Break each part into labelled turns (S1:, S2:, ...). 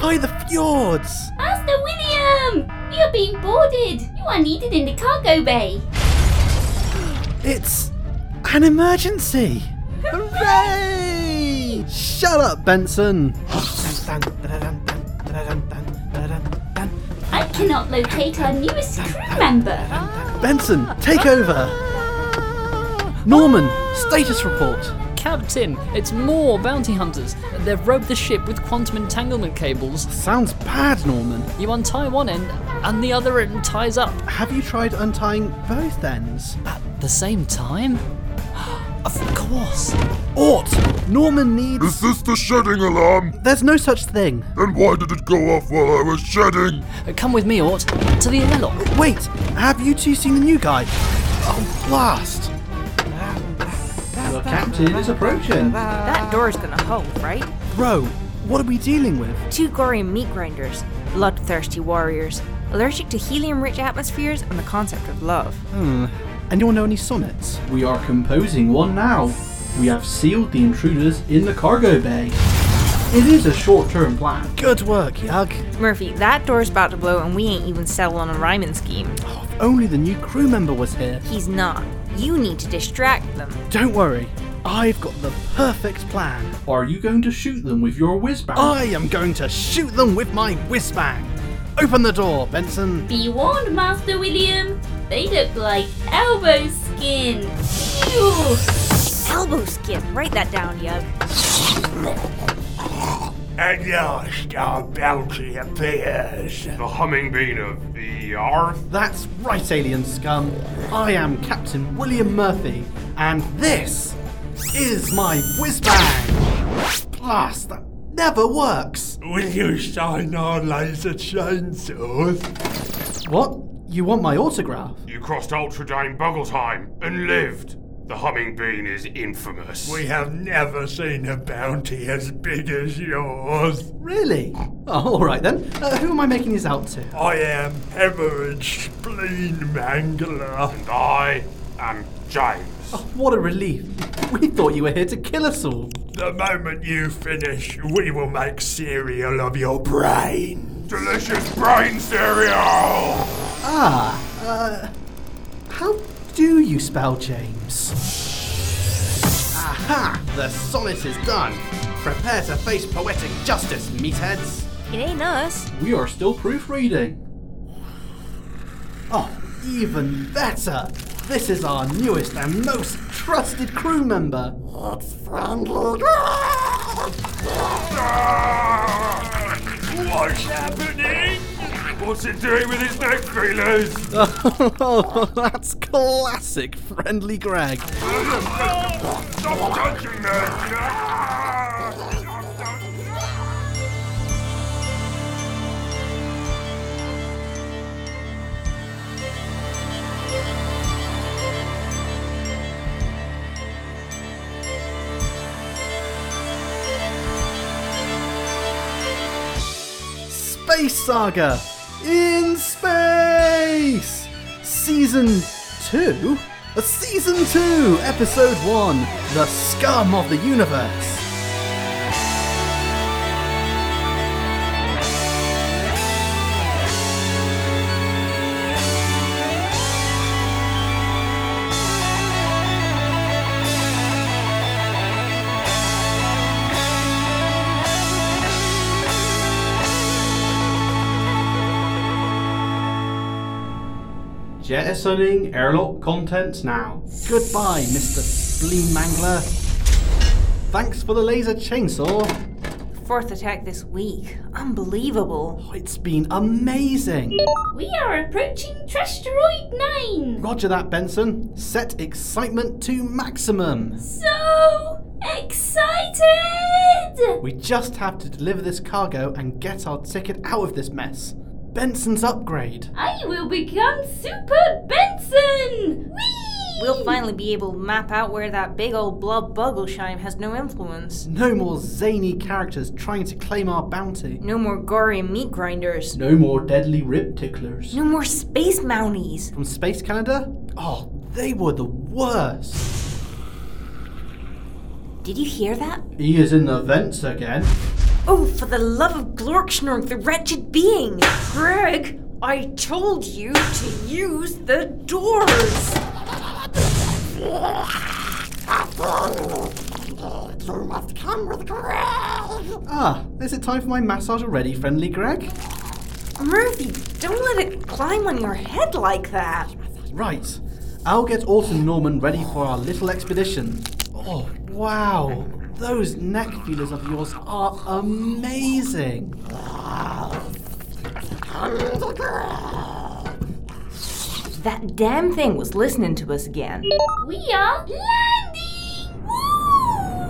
S1: By the fjords!
S2: Master William! We are being boarded! You are needed in the cargo bay!
S1: It's an emergency! Hooray! Shut up, Benson!
S2: I cannot locate our newest crew member!
S1: Benson, take over! Norman, status report!
S3: Captain, it's more bounty hunters. They've roped the ship with quantum entanglement cables.
S1: Sounds bad, Norman.
S3: You untie one end, and the other end ties up.
S1: Have you tried untying both ends?
S3: At the same time? Of course.
S1: Ought! Norman needs.
S4: Is this the shedding alarm?
S1: There's no such thing.
S4: Then why did it go off while I was shedding?
S3: Come with me, Ort, to the airlock.
S1: Wait, have you two seen the new guy? Oh, blast!
S5: Your captain is approaching.
S6: That door's gonna hold, right?
S1: Bro, what are we dealing with?
S6: Two gory meat grinders, bloodthirsty warriors, allergic to helium rich atmospheres and the concept of love.
S1: Anyone know any sonnets?
S5: We are composing one now. We have sealed the intruders in the cargo bay. It is a short term plan.
S1: Good work, Yug.
S6: Murphy, that door's about to blow and we ain't even settled on a rhyming scheme.
S1: Oh, if only the new crew member was here.
S6: He's not. You need to distract them.
S1: Don't worry, I've got the perfect plan.
S5: Are you going to shoot them with your whiz bang?
S1: I am going to shoot them with my whiz bang. Open the door, Benson.
S2: Be warned, Master William! They look like elbow skin! Ew!
S6: Elbow skin. Write that down, Yug.
S7: At last, our bounty appears.
S4: The humming bean of the earth?
S1: That's right, alien scum. I am Captain William Murphy, and this is my whiz bang. Blast, that never works.
S7: Will you sign our laser chainsaws?
S1: What? You want my autograph?
S4: You crossed Ultradane Bogglesheim and lived. The humming bean is infamous.
S7: We have never seen a bounty as big as yours.
S1: Really? Oh, all right then. Uh, who am I making this out to?
S7: I am Hemorrhage Spleen Mangler.
S4: And I am
S7: Oh.
S4: James.
S1: Oh, What a relief. We thought you were here to kill us all.
S7: The moment you finish, we will make cereal of your brain.
S4: Delicious brain cereal!
S1: Ah, uh, how do you spell James? Aha! The sonnet is done. Prepare to face poetic justice, meatheads.
S6: It ain't us.
S5: We are still proofreading.
S1: Oh, even better! This is our newest and most trusted crew member.
S4: What's happening? What's it doing with its neck feelers?
S1: Oh, that's classic, friendly Greg.
S4: Stop touching them!
S1: Space Saga in Space! Season 2? Uh, Season 2, Episode 1 The Scum of the Universe.
S5: Jettisoning airlock contents now.
S1: Goodbye, Mr. Spleen Mangler. Thanks for the laser chainsaw.
S6: Fourth attack this week. Unbelievable.
S1: Oh, it's been amazing.
S2: We are approaching Trasteroid 9!
S1: Roger that, Benson. Set excitement to maximum.
S2: So excited!
S1: We just have to deliver this cargo and get our ticket out of this mess. Benson's upgrade.
S2: I will become Super Benson! Whee!
S6: We'll finally be able to map out where that big old blob Buggleshine has no influence.
S1: No more zany characters trying to claim our bounty.
S6: No more gory meat grinders.
S5: No more deadly rib ticklers.
S6: No more space mounties.
S1: From Space Canada? Oh, they were the worst.
S6: Did you hear that?
S5: He is in the vents again.
S6: Oh, for the love of Glorkschnork, the wretched being! Greg, I told you to use the doors!
S1: You must come with Greg! Ah, is it time for my massage already, friendly Greg?
S6: Murphy, don't let it climb on your head like that!
S1: Right, I'll get Autumn Norman ready for our little expedition. Oh, wow! Those neck feelers of yours are amazing!
S6: That damn thing was listening to us again.
S2: We are landing!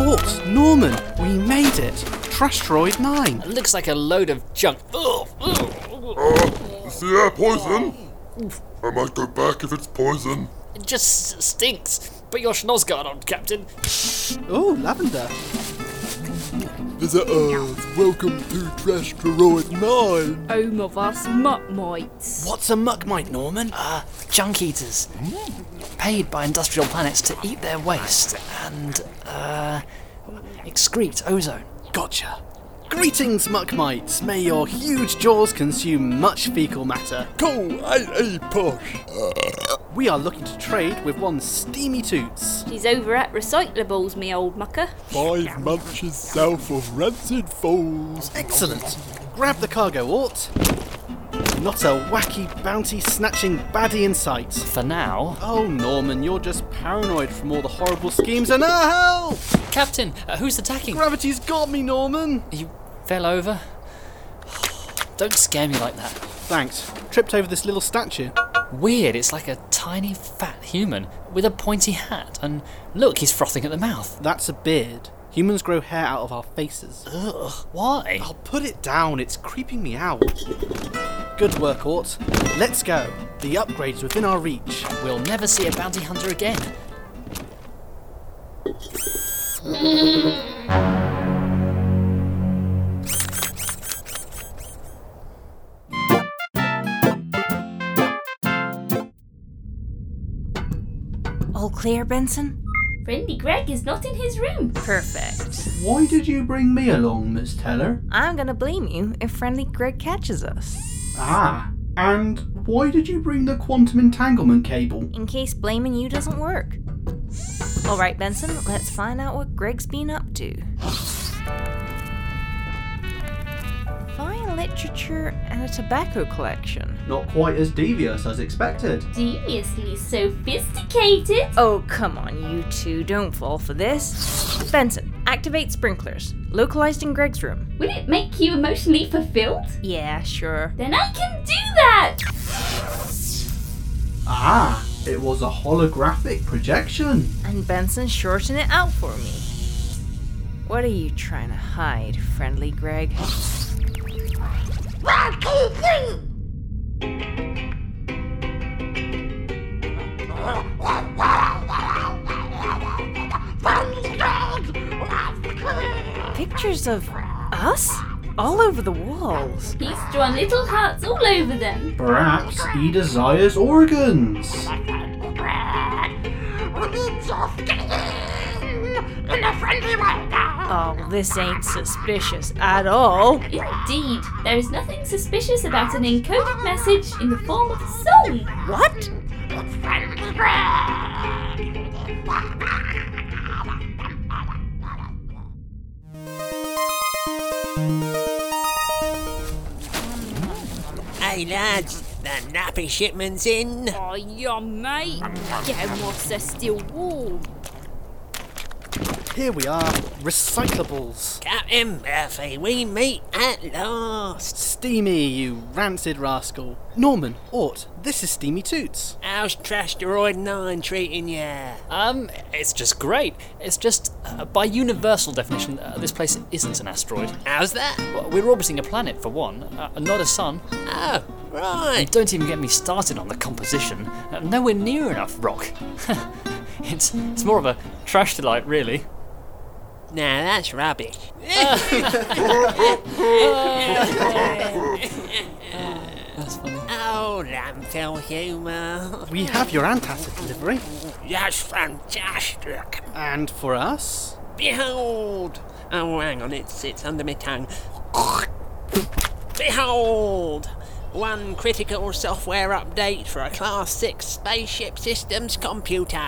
S1: Orcs, Norman, we made it! Trashroid 9!
S3: Looks like a load of junk. Ugh, ugh.
S4: Uh, See that poison? I might go back if it's poison.
S3: It just s- stinks. Put your schnoz guard on, Captain.
S1: Oh, lavender!
S8: Visitors, welcome to Trash Droid 9.
S9: home of us muckmites.
S3: What's a muckmite, Norman? Uh, junk eaters. Paid by industrial planets to eat their waste and, uh, excrete ozone.
S1: Gotcha! Greetings, muckmites! May your huge jaws consume much fecal matter.
S8: Cool, a posh.
S1: We are looking to trade with one Steamy Toots.
S9: She's over at Recyclables, me old mucker.
S8: Five munches south of Rancid Falls.
S1: Excellent! Grab the cargo, Ort! Not a wacky bounty snatching baddie in sight.
S3: For now.
S1: Oh, Norman, you're just paranoid from all the horrible schemes and ah, help!
S3: Captain, uh, who's attacking?
S1: Gravity's got me, Norman.
S3: You fell over? Don't scare me like that.
S1: Thanks. Tripped over this little statue.
S3: Weird, it's like a tiny fat human with a pointy hat, and look, he's frothing at the mouth.
S1: That's a beard. Humans grow hair out of our faces.
S3: Ugh, why?
S1: I'll put it down. It's creeping me out. Good work, Ort. Let's go. The upgrade's within our reach.
S3: We'll never see a bounty hunter again.
S6: All clear, Benson?
S2: Friendly Greg is not in his room.
S6: Perfect.
S5: Why did you bring me along, Miss Teller?
S6: I'm gonna blame you if friendly Greg catches us.
S5: Ah, and why did you bring the quantum entanglement cable?
S6: In case blaming you doesn't work. Alright, Benson, let's find out what Greg's been up to. Fine literature and a tobacco collection.
S5: Not quite as devious as expected.
S2: Deviously sophisticated.
S6: Oh, come on, you two, don't fall for this. Benson, activate sprinklers, localized in Greg's room.
S2: Will it make you emotionally fulfilled?
S6: Yeah, sure.
S2: Then I can do that!
S5: Ah, it was a holographic projection.
S6: And Benson shorten it out for me. What are you trying to hide, friendly Greg? Pictures of us? All over the walls.
S2: He's drawn little hearts all over them.
S5: Perhaps he desires
S1: Oh
S5: organs.
S6: Oh, this ain't suspicious at all.
S2: Indeed, there is nothing suspicious about an encoded message in the form of a song.
S6: What?
S10: Hey lads, the nappy shipment's in.
S9: Oh, yum, mate. Get 'em whilst they're still warm.
S1: Here we are. Recyclables.
S10: Captain Murphy, we meet at last.
S1: Steamy, you rancid rascal. Norman, Ort, this is Steamy Toots.
S10: How's Trash Droid 9 treating ya?
S3: Um, it's just great. It's just, uh, by universal definition, uh, this place isn't an asteroid.
S10: How's that?
S3: Well, We're orbiting a planet, for one, uh, not a sun.
S10: Oh, right.
S3: And don't even get me started on the composition. Uh, nowhere near enough rock. it's, it's more of a trash delight, really.
S10: Nah, that's rubbish. Oh, landfill humour.
S1: We have your antacid delivery.
S10: That's fantastic.
S1: And for us?
S10: Behold! Oh, hang on, it sits under my tongue. Behold! One critical software update for a Class 6 spaceship systems computer.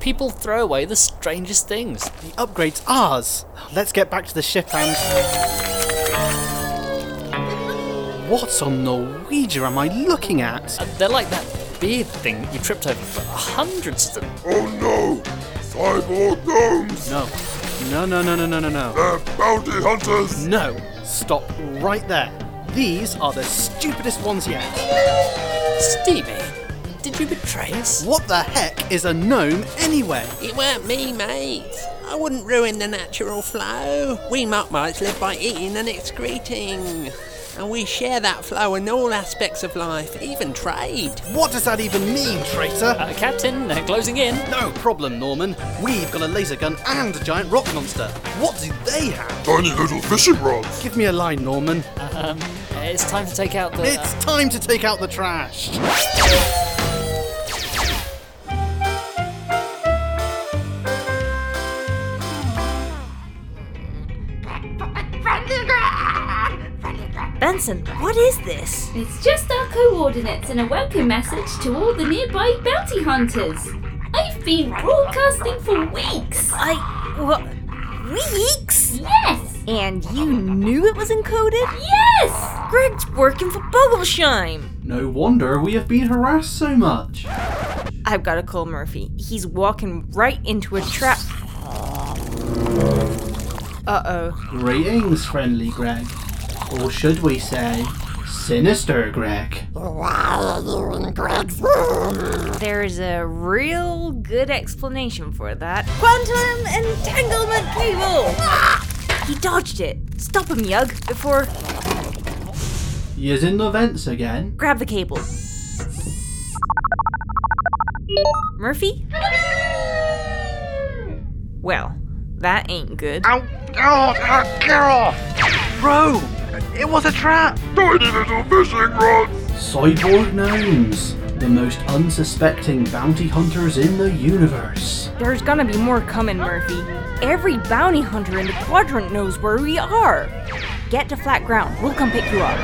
S3: People throw away the strangest things.
S1: The upgrade's ours. Let's get back to the ship and. What on Norwegia am I looking at?
S3: Uh, they're like that beard thing you tripped over for hundreds of them.
S11: Oh no! Cyborg gnomes!
S1: No. No, no, no, no, no, no, no.
S11: They're bounty hunters!
S1: No. Stop right there. These are the stupidest ones yet.
S3: Stevie, did you betray us?
S1: What the heck is a gnome anyway?
S10: It weren't me, mate. I wouldn't ruin the natural flow. We muckmites live by eating and excreting and we share that flow in all aspects of life, even trade.
S1: What does that even mean, traitor?
S3: Uh, Captain, they're closing in.
S1: No problem, Norman. We've got a laser gun and a giant rock monster. What do they have?
S11: Tiny little fishing rods.
S1: Give me a line, Norman.
S3: Um, it's time to take out the.
S1: It's time to take out the trash.
S6: Benson, what is this?
S2: It's just our coordinates and a welcome message to all the nearby bounty hunters. I've been broadcasting for weeks.
S6: I. what? Weeks?
S2: Yes!
S6: And you knew it was encoded?
S2: Yes!
S6: Greg's working for Bogglesheim!
S5: No wonder we have been harassed so much.
S6: I've got to call Murphy. He's walking right into a trap. Uh oh.
S5: Greetings, friendly Greg. Or should we say, sinister Greg?
S12: Why are you in Greg's room?
S6: There's a real good explanation for that. Quantum entanglement cable! Ah! He dodged it. Stop him, Yug, before.
S5: He is in the vents again.
S6: Grab the cable. Murphy? well, that ain't good.
S1: Ow! Oh, oh, girl! Bro! It was a trap!
S11: Tiny little fishing rods!
S5: Cyborg gnomes, the most unsuspecting bounty hunters in the universe.
S6: There's gonna be more coming, Murphy. Every bounty hunter in the quadrant knows where we are. Get to flat ground, we'll come pick you up.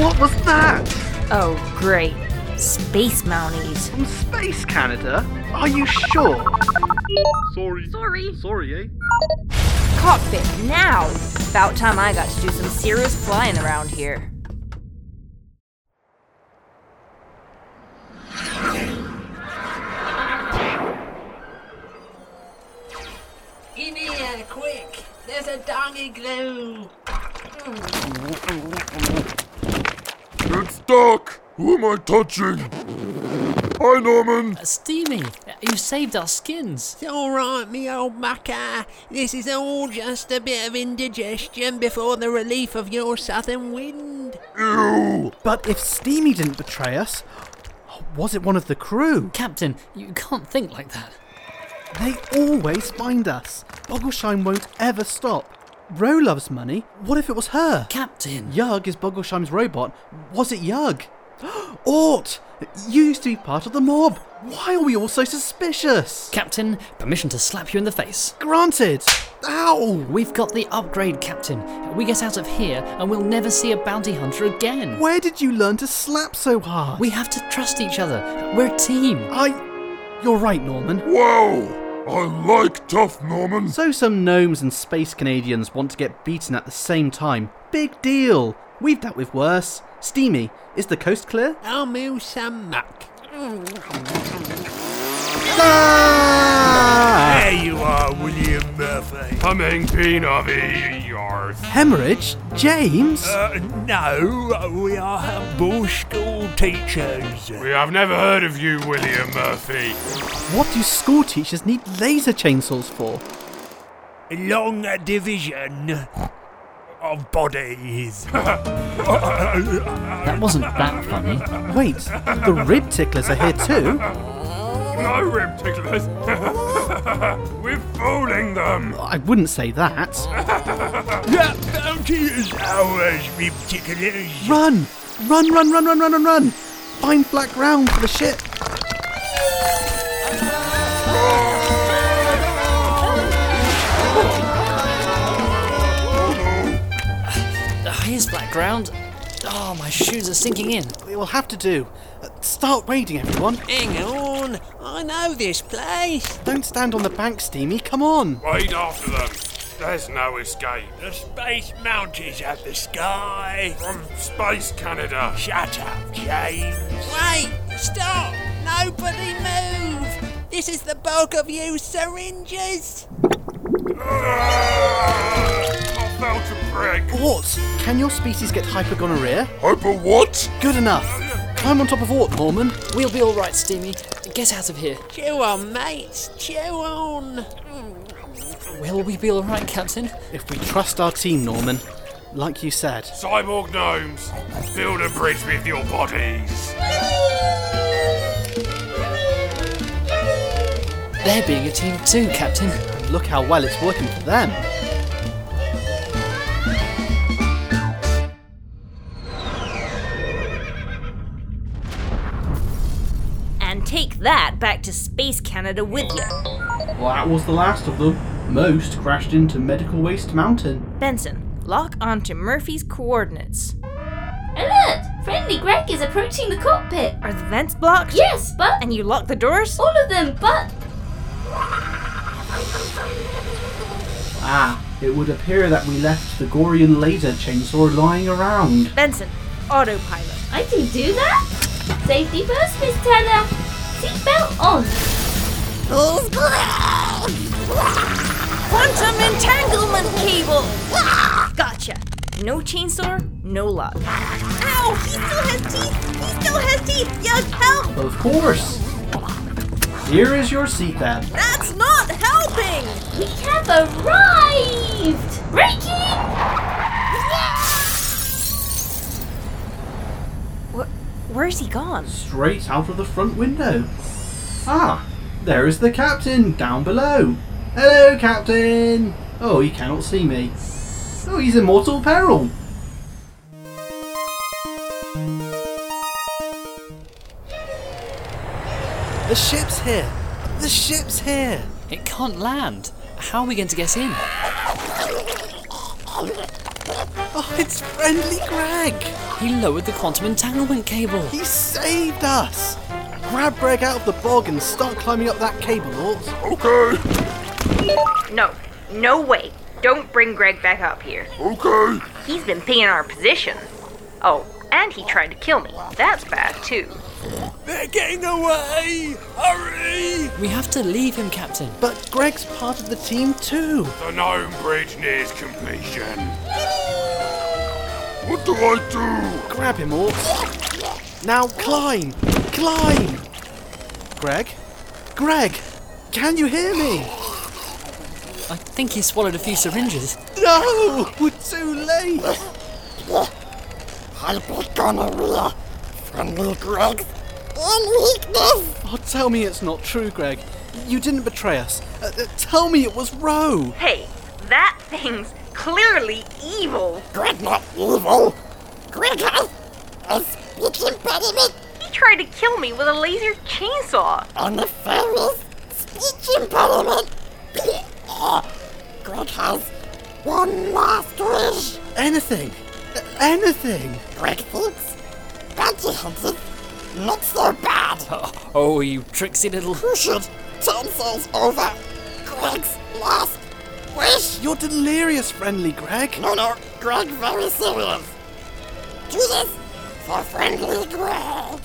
S1: What was that?
S6: Oh, great. Space Mounties.
S1: From Space Canada? Are you sure?
S5: Sorry.
S6: Sorry.
S5: Sorry, eh?
S6: cockpit now! About time I got to do some serious flying around here.
S10: In here, quick! There's a doggy glue!
S11: It's stuck! Who am I touching? Hi, Norman!
S3: Uh, Steamy, you saved our skins.
S10: It's all right, me old mucker. This is all just a bit of indigestion before the relief of your southern wind.
S11: Ew!
S1: But if Steamy didn't betray us, was it one of the crew?
S3: Captain, you can't think like that.
S1: They always find us. Boggleshine won't ever stop. Ro loves money. What if it was her?
S3: Captain!
S1: Yug is Boggleshime's robot. Was it Yug? Ort! You used to be part of the mob! Why are we all so suspicious?
S3: Captain, permission to slap you in the face.
S1: Granted! Ow!
S3: We've got the upgrade, Captain. We get out of here and we'll never see a bounty hunter again.
S1: Where did you learn to slap so hard?
S3: We have to trust each other. We're a team.
S1: I. You're right, Norman.
S11: Whoa! I like tough Norman.
S1: So some gnomes and space Canadians want to get beaten at the same time. Big deal. We've dealt with worse. Steamy, is the coast clear?
S10: I'll move some muck.
S1: Ah!
S7: There you are, William Murphy.
S4: Coming, Peanutty, yours.
S1: Hemorrhage? James?
S7: Uh, no, we are humble school teachers.
S4: We have never heard of you, William Murphy.
S1: What do school teachers need laser chainsaws for?
S7: Long division of bodies. that
S3: wasn't that funny.
S1: Wait, the rib ticklers are here too?
S4: No rib ticklers. We're fooling them.
S1: I wouldn't say that.
S7: That bounty is ours, rib ticklers.
S1: Run! Run, run, run, run, run, run, run! Find black ground for the ship!
S3: Ah, here's black ground. Oh, my shoes are sinking in.
S1: It will have to do. Uh, Start wading, everyone.
S10: Hang on. I know this place.
S1: Don't stand on the bank, Steamy. Come on.
S4: Wait after them. There's no escape.
S7: The space mounties of the sky.
S4: From Space Canada.
S7: Shut up, James.
S10: Wait, stop. Nobody move. This is the bulk of you syringes.
S4: Ah! I felt a brick.
S1: Ort, can your species get hypergonorrhea?
S11: Hyper what?
S1: Good enough. Climb on top of Ort, Norman.
S3: We'll be alright, Steamy. Get out of here.
S10: Chew on, mates. Chew on.
S3: Will we be alright, Captain?
S1: If we trust our team, Norman, like you said.
S4: Cyborg gnomes, build a bridge with your bodies.
S3: They're being a team too, Captain.
S1: Look how well it's working for them.
S6: And take that back to Space Canada with you.
S5: Well, that was the last of them. Most crashed into Medical Waste Mountain.
S6: Benson, lock onto Murphy's coordinates.
S2: Alert! Friendly Greg is approaching the cockpit.
S6: Are the vents blocked?
S2: Yes, but
S6: And you lock the
S12: Oh.
S6: doors?
S2: all of them, but
S5: Ah, it would appear that we left the Gorian laser chainsaw lying around.
S6: Benson, autopilot.
S2: I can do that. Safety first, Miss Tanner. Seatbelt on.
S12: He's Greg!
S6: Quantum entanglement cable!
S12: Ah!
S6: Gotcha. No chainsaw, no lock.
S12: Ow! He still has teeth! He still has teeth! Yug, help!
S5: Of course! Here is your seatbelt.
S6: That's not helping!
S2: We have arrived. Breaking.
S6: Wh- where's he gone?
S5: Straight out of the front window. Ah, there is the captain down below. Hello, captain! Oh, he cannot see me. Oh, he's in mortal peril.
S1: The ship's here! The ship's here!
S3: It can't land. How are we going to get in?
S1: Oh, it's friendly Greg!
S3: He lowered the quantum entanglement cable.
S1: He saved us! Grab Greg out of the bog and start climbing up that cable, Ort.
S11: Okay,
S6: No, no way. Don't bring Greg back up here.
S11: okay.
S6: He's been pinging our position. Oh, and he tried to kill me. That's bad, too.
S7: They're getting away! Hurry!
S3: We have to leave him, Captain.
S1: But Greg's part of the team too.
S4: The gnome bridge nears completion.
S11: What do I do?
S1: Grab him, Ort. Now climb! Climb! Greg? Greg! Can you hear me?
S3: I think he swallowed a few syringes.
S1: No! We're too late!
S12: Hypergonorrhea! Friendly Greg! And weakness!
S1: Oh, tell me it's not true, Greg. You didn't betray us. Uh, uh, tell me it was Roe.
S6: Hey, that thing's clearly evil.
S12: Greg not evil! Greg has a speech impediment
S6: He tried to kill me with a laser chainsaw.
S12: and a Ferris speech impediment! Greg has one last wish!
S1: Anything. Uh, anything.
S12: Greg thinks bounty hunters not so bad!
S3: Oh, you tricksy little.
S12: You should turn things over! Greg's last wish!
S1: You're delirious, friendly Greg.
S12: No, no, Greg, very serious. Do this for friendly Greg.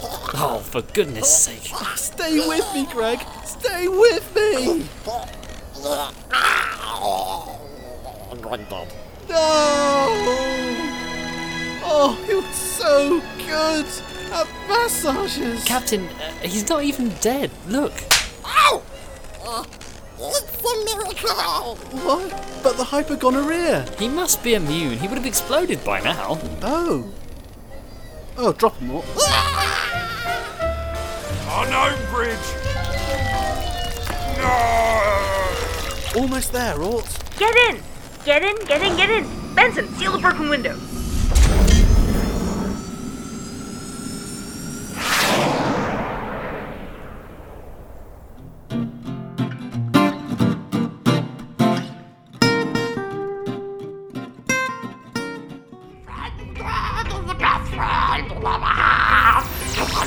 S3: Oh, for goodness sake.
S1: Stay with me, Greg. Stay with me.
S12: Greg dead.
S1: No. Oh, it was so good. At massages.
S3: Captain, uh, he's not even dead. Look.
S12: Ow! Uh, It's a miracle!
S1: what? But the hypergonorrhea.
S3: He must be immune. He would have exploded by now.
S1: Oh. Oh, drop him all.
S4: Our gnome bridge
S3: Almost there, Ort.
S6: Get in! Get in, get in, get in! Benson, seal the broken window!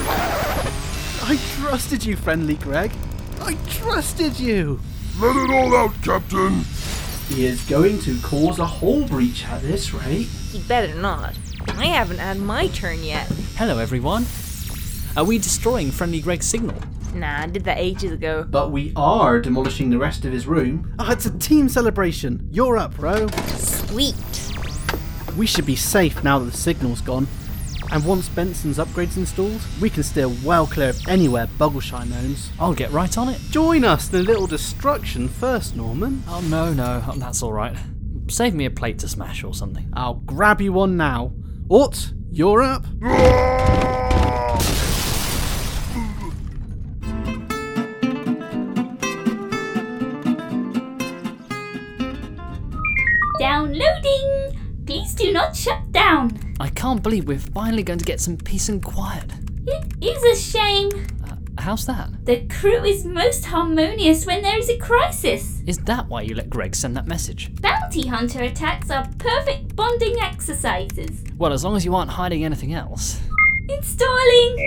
S13: I trusted you, friendly Greg. I trusted you.
S14: Let it all out, Captain.
S13: He is going to cause a hole breach at this rate.
S6: You better not. I haven't had my turn yet.
S3: Hello, everyone. Are we destroying Friendly Greg's signal?
S6: Nah, I did that ages ago.
S13: But we are demolishing the rest of his room.
S1: Ah, it's a team celebration. You're up, Ro.
S6: Sweet.
S1: We should be safe now that the signal's gone. And once Benson's upgrade's installed, we can steer well clear of anywhere Boggleshine owns.
S3: I'll get right on it.
S1: Join us in a little destruction first, Norman.
S3: Oh, no, no, oh, that's alright. Save me a plate to smash or something.
S1: I'll grab you one now. Ort, you're up.
S2: Downloading! Please do not shut down.
S3: I can't believe we're finally going to get some peace and quiet.
S2: It is a shame.
S3: Uh, How's that?
S2: The crew is most harmonious when there is a crisis.
S3: Is that why you let Greg send that message?
S2: Bounty hunter attacks are perfect bonding exercises.
S3: Well, as long as you aren't hiding anything else.
S2: Installing!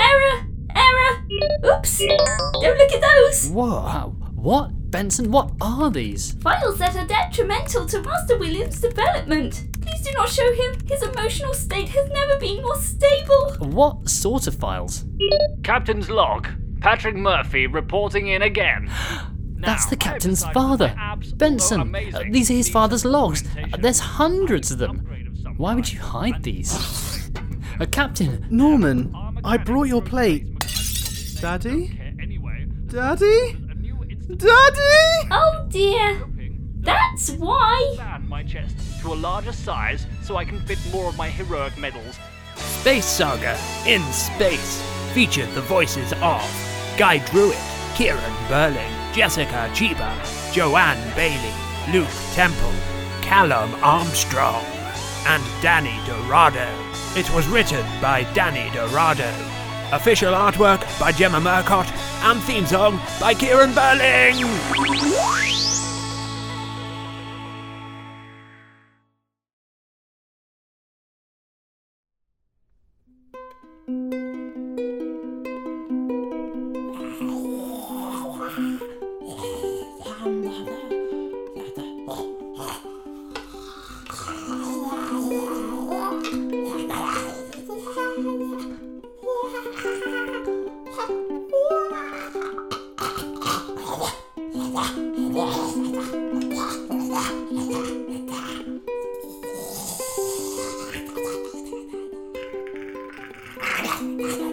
S2: Error! Error! Oops! Don't look at those!
S3: Whoa, uh, what? Benson, what are these?
S2: Files that are detrimental to Master William's development. Please do not show him. His emotional state has never been more stable.
S3: What sort of files?
S4: Captain's log. Patrick Murphy reporting in again.
S3: That's the captain's father. Benson, uh, these are his father's logs. Uh, There's hundreds of them. Why would you hide these? A captain,
S1: Norman, I brought your plate. Daddy? Daddy? Daddy?
S2: Oh dear. That's why.
S4: Expand my chest to a larger size so I can fit more of my heroic medals.
S10: Space Saga in Space featured the voices of Guy Druitt, Kieran Berling, Jessica Chiba, Joanne Bailey, Luke Temple, Callum Armstrong, and Danny Dorado. It was written by Danny Dorado. Official artwork by Gemma Murcott, and theme song by Kieran Berling.
S15: Thank you.